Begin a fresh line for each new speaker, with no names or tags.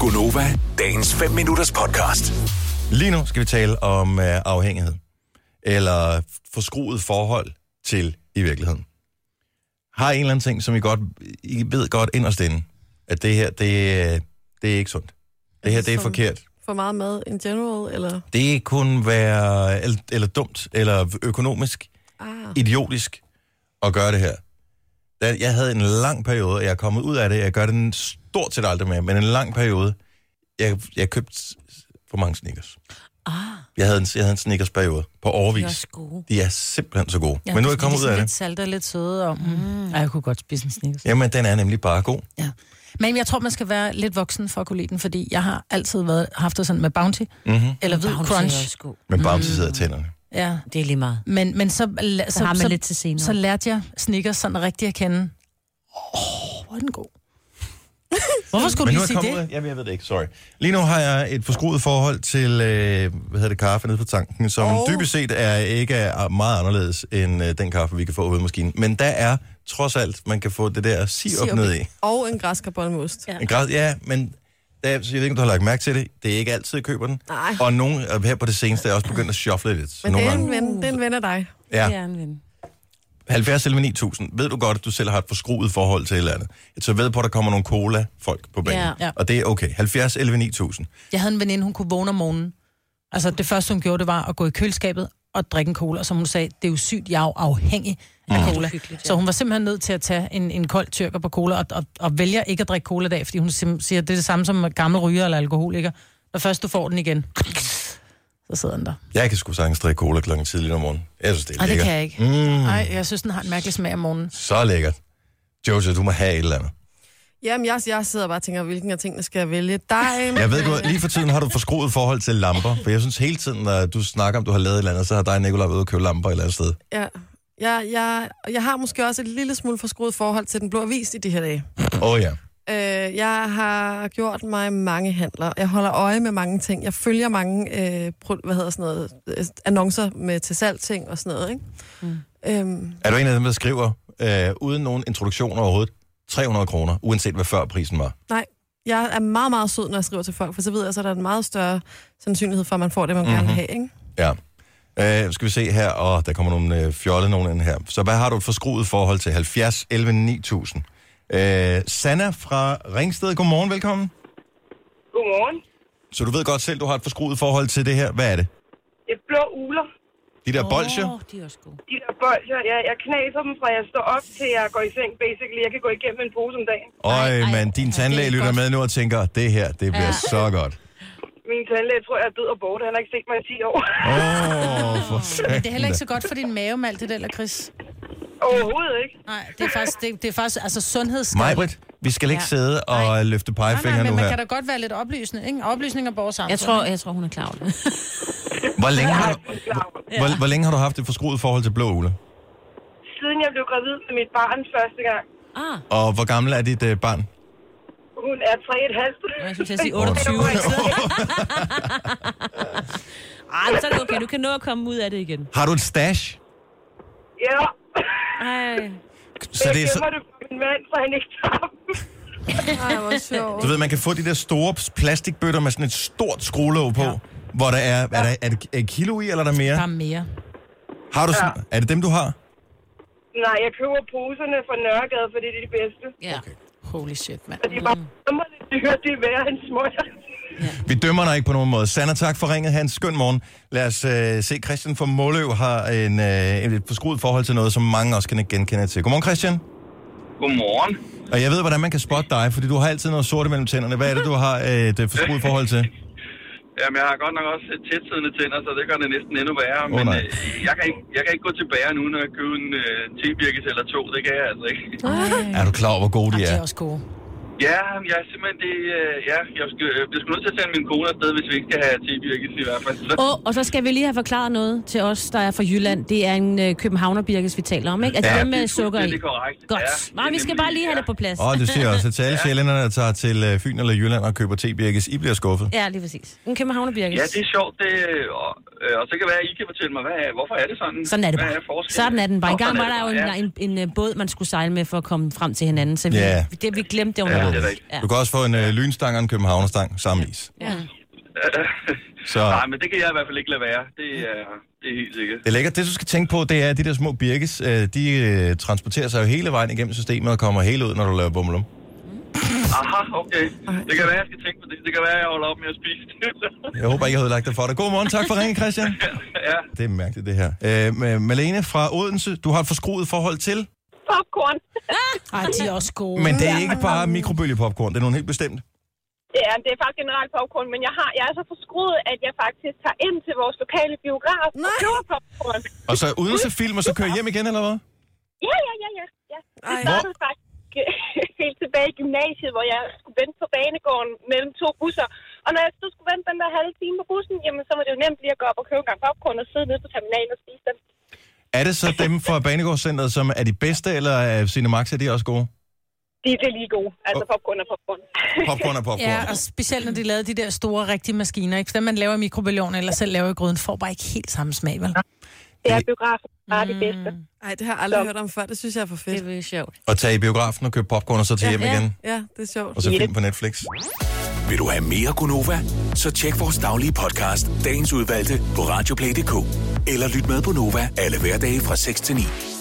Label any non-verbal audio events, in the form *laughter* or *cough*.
Gunova, dagens 5 minutters podcast.
Lige nu skal vi tale om øh, afhængighed. Eller forskruet forhold til i virkeligheden. Har en eller anden ting, som I, godt, I ved godt inderst inde, at det her, det, øh, det er ikke sundt. Det her, det er
Som-
forkert.
For meget mad in general, eller?
Det kunne være eller, eller dumt, eller økonomisk,
Ah,
idiotisk at gøre det her. Da- Jeg havde en lang periode, og jeg er kommet ud af det. Jeg gør det en- stort set aldrig mere, men en lang periode. Jeg, jeg købte for mange sneakers.
Ah,
Jeg havde en, jeg havde en sneakersperiode på
de er
overvis.
også gode.
De er simpelthen så gode. Ja, men nu er jeg kommet ud af
Lidt
det.
salte og lidt søde og... Mm. Ej, jeg kunne godt spise en Snickers.
Jamen, den er nemlig bare god.
Ja. Men jeg tror, man skal være lidt voksen for at kunne lide den, fordi jeg har altid været, haft det sådan med Bounty,
Mhm.
mm-hmm. eller Hvid
Bounty er
Crunch.
også god.
Men bare om de sidder i tænderne.
Ja.
Det er lige meget.
Men, men så, la-
Så har man lidt til senere.
Så lærte jeg Snickers sådan rigtig at kende. Åh, oh, hvor er den god. Hvorfor skulle
Men
du
nu er
lige
jeg kommet
sige
ud
det?
af... Jamen, jeg ved det ikke, sorry. Lige nu har jeg et forskruet forhold til, øh, hvad hedder det, kaffe nede på tanken, som oh. dybest set er ikke er meget anderledes end øh, den kaffe, vi kan få ude i maskinen. Men der er trods alt, man kan få det der sirup
Sirup
ned
i.
i.
og en græskarbolle med ost. Ja.
En grad, ja, men der, så jeg ved ikke, om du har lagt mærke til det. Det er ikke altid, jeg køber den.
Nej.
Og nogen og her på det seneste er også begyndt at shuffle lidt. Så
Men det
nogle
er,
gange-
en ven, det er en ven af dig.
ja.
Det er en ven.
70 eller 9000, ved du godt, at du selv har et forskruet forhold til et eller andet. Så ved på, at der kommer nogle cola-folk på banen.
Ja.
Og det er okay. 70 11 9000.
Jeg havde en veninde, hun kunne vågne om morgenen. Altså, det første, hun gjorde, det var at gå i køleskabet og drikke en cola. Som hun sagde, det er jo sygt, jeg er jo afhængig af mm. cola.
hyggeligt, ja.
Så hun var simpelthen nødt til at tage en, en kold tyrker på cola, og, og, og vælger ikke at drikke cola i dag, fordi hun sim- siger, det er det samme som gammel ryger eller alkoholiker. Når først du får den igen, så sidder den der.
Jeg kan sgu sagtens drikke cola klokken tidligt om morgenen. Jeg synes, det er
Nej, det
lækkert.
kan jeg ikke. Nej, jeg synes, den har en mærkelig smag om morgenen.
Så lækkert. Jojo, du må have et eller andet.
Jamen, jeg, jeg sidder bare og tænker, hvilken af tingene skal jeg vælge? Dig,
Jeg ved godt, lige for tiden har du forskruet forhold til lamper, for jeg synes hele tiden, når du snakker om, du har lavet et eller andet, så har dig og Nicolaj været ude og købe lamper et eller andet sted.
Ja. Jeg, jeg, jeg har måske også et lille smule forskruet forhold til den blå avis i de her dage.
Åh oh, ja.
Øh, jeg har gjort mig mange handler. Jeg holder øje med mange ting. Jeg følger mange øh, pro, hvad hedder sådan noget, øh, annoncer med til salg ting og sådan noget. Ikke? Mm. Øhm,
Er du en af dem, der skriver, øh, uden nogen introduktion overhovedet, 300 kroner, uanset hvad før prisen var?
nej, jeg er meget, meget sød, når jeg skriver til folk, for så ved jeg, så er der en meget større sandsynlighed for, at man får det, man
Mhm.
mm-hmm. gerne vil have. Ikke?
Ja. Øh, skal vi se her, og der kommer nogle øh, fjolle nogen ind her. Så hvad har du et forskruet forhold til 70, 11, 9000? Øh, Sanna fra Ringsted, godmorgen, velkommen.
Godmorgen.
Så du ved godt selv, du har et forskruet forhold til det her. Hvad er det?
Det er blå uler.
De der oh. bolsjer?
de er også gode.
De der bolcher, jeg, jeg knaser dem fra jeg står op til jeg går i seng, basically. Jeg kan gå igennem en pose om dagen.
Øj,
ej,
men din
ja, det
tandlæge
er
lytter
godt.
med nu og tænker, det her, det bliver ja. så godt.
Min tandlæge tror, jeg er død og borte. Han har ikke set mig i 10 år.
Åh, oh, for
Men det er heller ikke
satan.
så godt for din mave med alt det der, eller Chris?
*laughs* Overhovedet ikke.
Nej, det er faktisk, det, det er faktisk altså sundhedsskadeligt.
Majbrit, vi skal ikke
Ja.
sidde og løfte
Nej, nej,
pegefingre
men
nu
man kan
her.
da godt være lidt oplysende, ikke? Oplysninger borger sammen.
Jeg tror, jeg tror, hun er klar over det.
Hvor længe har du,
Jeg er klar over det.
hvor, hvor længe har du haft et forskruet forhold til blå ule?
Siden jeg blev gravid med mit barn første gang.
*laughs* Ah,
Og hvor gammel er dit øh, barn?
Hun er 3,5.
jeg synes, jeg siger 28. *laughs* Ej, men så er det okay. Du kan nå at komme ud af det igen.
Har du et stash?
*laughs* Ja.
Ej.
Så Altså, det er
jeg
så,
gemmer det for min mand, så han ikke tager dem. *laughs*
Ej, hvor sjovt.
du ved, man kan få de der store plastikbøtter med sådan et stort skruelåg på, ja. hvor der er, er, der, er det et kilo i, eller er der
Der
mere?
er mere.
Har du sådan, er det dem, du har?
Nej, jeg køber poserne fra Nørregade, for det er de bedste.
Ja.
Holy shit, mand.
Og de er bare hammerligt dyre, det er værre end smøger.
Vi dømmer dig ikke på nogen måde. Sander, tak for ringet. Hans, skøn morgen. Lad os øh, se, Christian fra Måløv har en, øh, et forskruet forhold til noget, som mange også kan genkende til. Godmorgen, Christian.
Godmorgen.
Og jeg ved, hvordan man kan spotte dig, fordi du har altid noget sort mellem tænderne. Hvad er det, du har øh, et øh, forskruet forhold til?
Jamen, jeg har godt nok også tætsiddende tænder, så det gør det næsten endnu værre.
Åh,
men
nej.
øh, jeg, kan ikke, jeg kan ikke gå til bageren uden at købe en øh, tebirkes eller to. Det kan jeg altså ikke.
Er du klar over, hvor gode de
Ja. De er
er?
også gode.
Ja, jeg er simpelthen det... Øh, ja, jeg skal, øh, bliver sgu nødt til at sende min kone afsted, hvis vi ikke skal have tebirkes i hvert fald. Så,
Og, og så skal vi lige have forklaret noget til os, der er fra Jylland. Det er en øh, københavnerbirkes, vi taler om, ikke? Altså
Ja,
ja, dem
det
med
er
sukker i.
fuldstændig korrekt.
Godt.
Ja,
Ja,
det er
Nej, vi skal
nemlig-
bare lige have
ja.
det på plads.
Åh, det siger jeg også. Til alle sjælderne, der tager til øh, Fyn eller Jylland og køber tebirkes, I bliver skuffet.
Ja, lige præcis. En københavnerbirkes.
ja, det er sjovt. Det, øh, og, øh, og så kan det være, at I kan fortælle mig, hvad, er- hvorfor er det sådan?
Sådan er det
Hvad
bare.
forskellen?
Sådan er den bare.
Nå,
Engang var
sådan
der
er
jo
det
en,
bare.
en, en, en øh, båd, man skulle sejle med for at komme frem til hinanden, så vi,
Ja.
det, vi glemte det
Ja.
Ja.
det er
Ja.
rigtigt.
Ja.
Du kan også få en øh, lynstang og en københavnerstang, samme is.
Ja.
Så
*laughs* Nej, men det kan jeg i hvert fald ikke lade være. Det er, det er helt sikkert.
det er lækkert. Det, du skal tænke på, det er, at de der små birkes, øh, de øh, transporterer sig jo hele vejen igennem systemet og kommer helt ud, når du laver bummelum.
Aha, okay. Det kan være, jeg skal tænke på det. Det kan være, jeg holder op med at spise det.
Jeg håber ikke, jeg havde lagt det for dig. God morgen, tak for ringen, Christian.
ja.
Det er mærkeligt, det her. Øh, Ma- Malene fra Odense, du har et forskruet forhold til,
Popcorn.
Ej, de er også gode.
men det er ikke bare mikrobølgepopcorn, det er nogle helt bestemt.
Ja, det er faktisk generelt popcorn, men jeg, har, jeg er så forskruet, at jeg faktisk tager ind til vores lokale biograf og
Nej.
køber popcorn.
Og så uden til film, og så kører hjem igen, eller hvad?
Ja, ja, ja, ja. ja. Det
Ej.
startede faktisk øh, *laughs* helt tilbage i gymnasiet, hvor jeg skulle vente på banegården mellem to busser. Og når jeg så skulle vente den der halve time på bussen, jamen så var det jo nemt lige at gå op og købe en gang popcorn og sidde nede på terminalen og spise den.
Er det så dem fra Banegårdscenteret, som er de bedste, eller er Cinemax, er de også gode?
De er det lige gode. Altså popcorn er popcorn.
Popcorn er popcorn.
Ja, og specielt når de lavede de der store, rigtige maskiner. Ikke? For dem, man laver i mikrobølgeovnen eller selv laver i gryden, får bare ikke helt samme smag, vel?
*laughs* det er biografen, der er det bedste.
Ej, det har jeg aldrig hørt om før. Det synes jeg er for
Det
fedt.
er virkelig sjovt.
Og tage i biografen og købe popcorn, og så tage hjem
Ja.
igen,
Ja, det er sjovt.
og så film på Netflix.
Vil du have mere Gunova? Så tjek vores daglige podcast, dagens udvalgte, på radioplay.dk. Eller lyt med på Nova alle hverdage fra 6 til 9.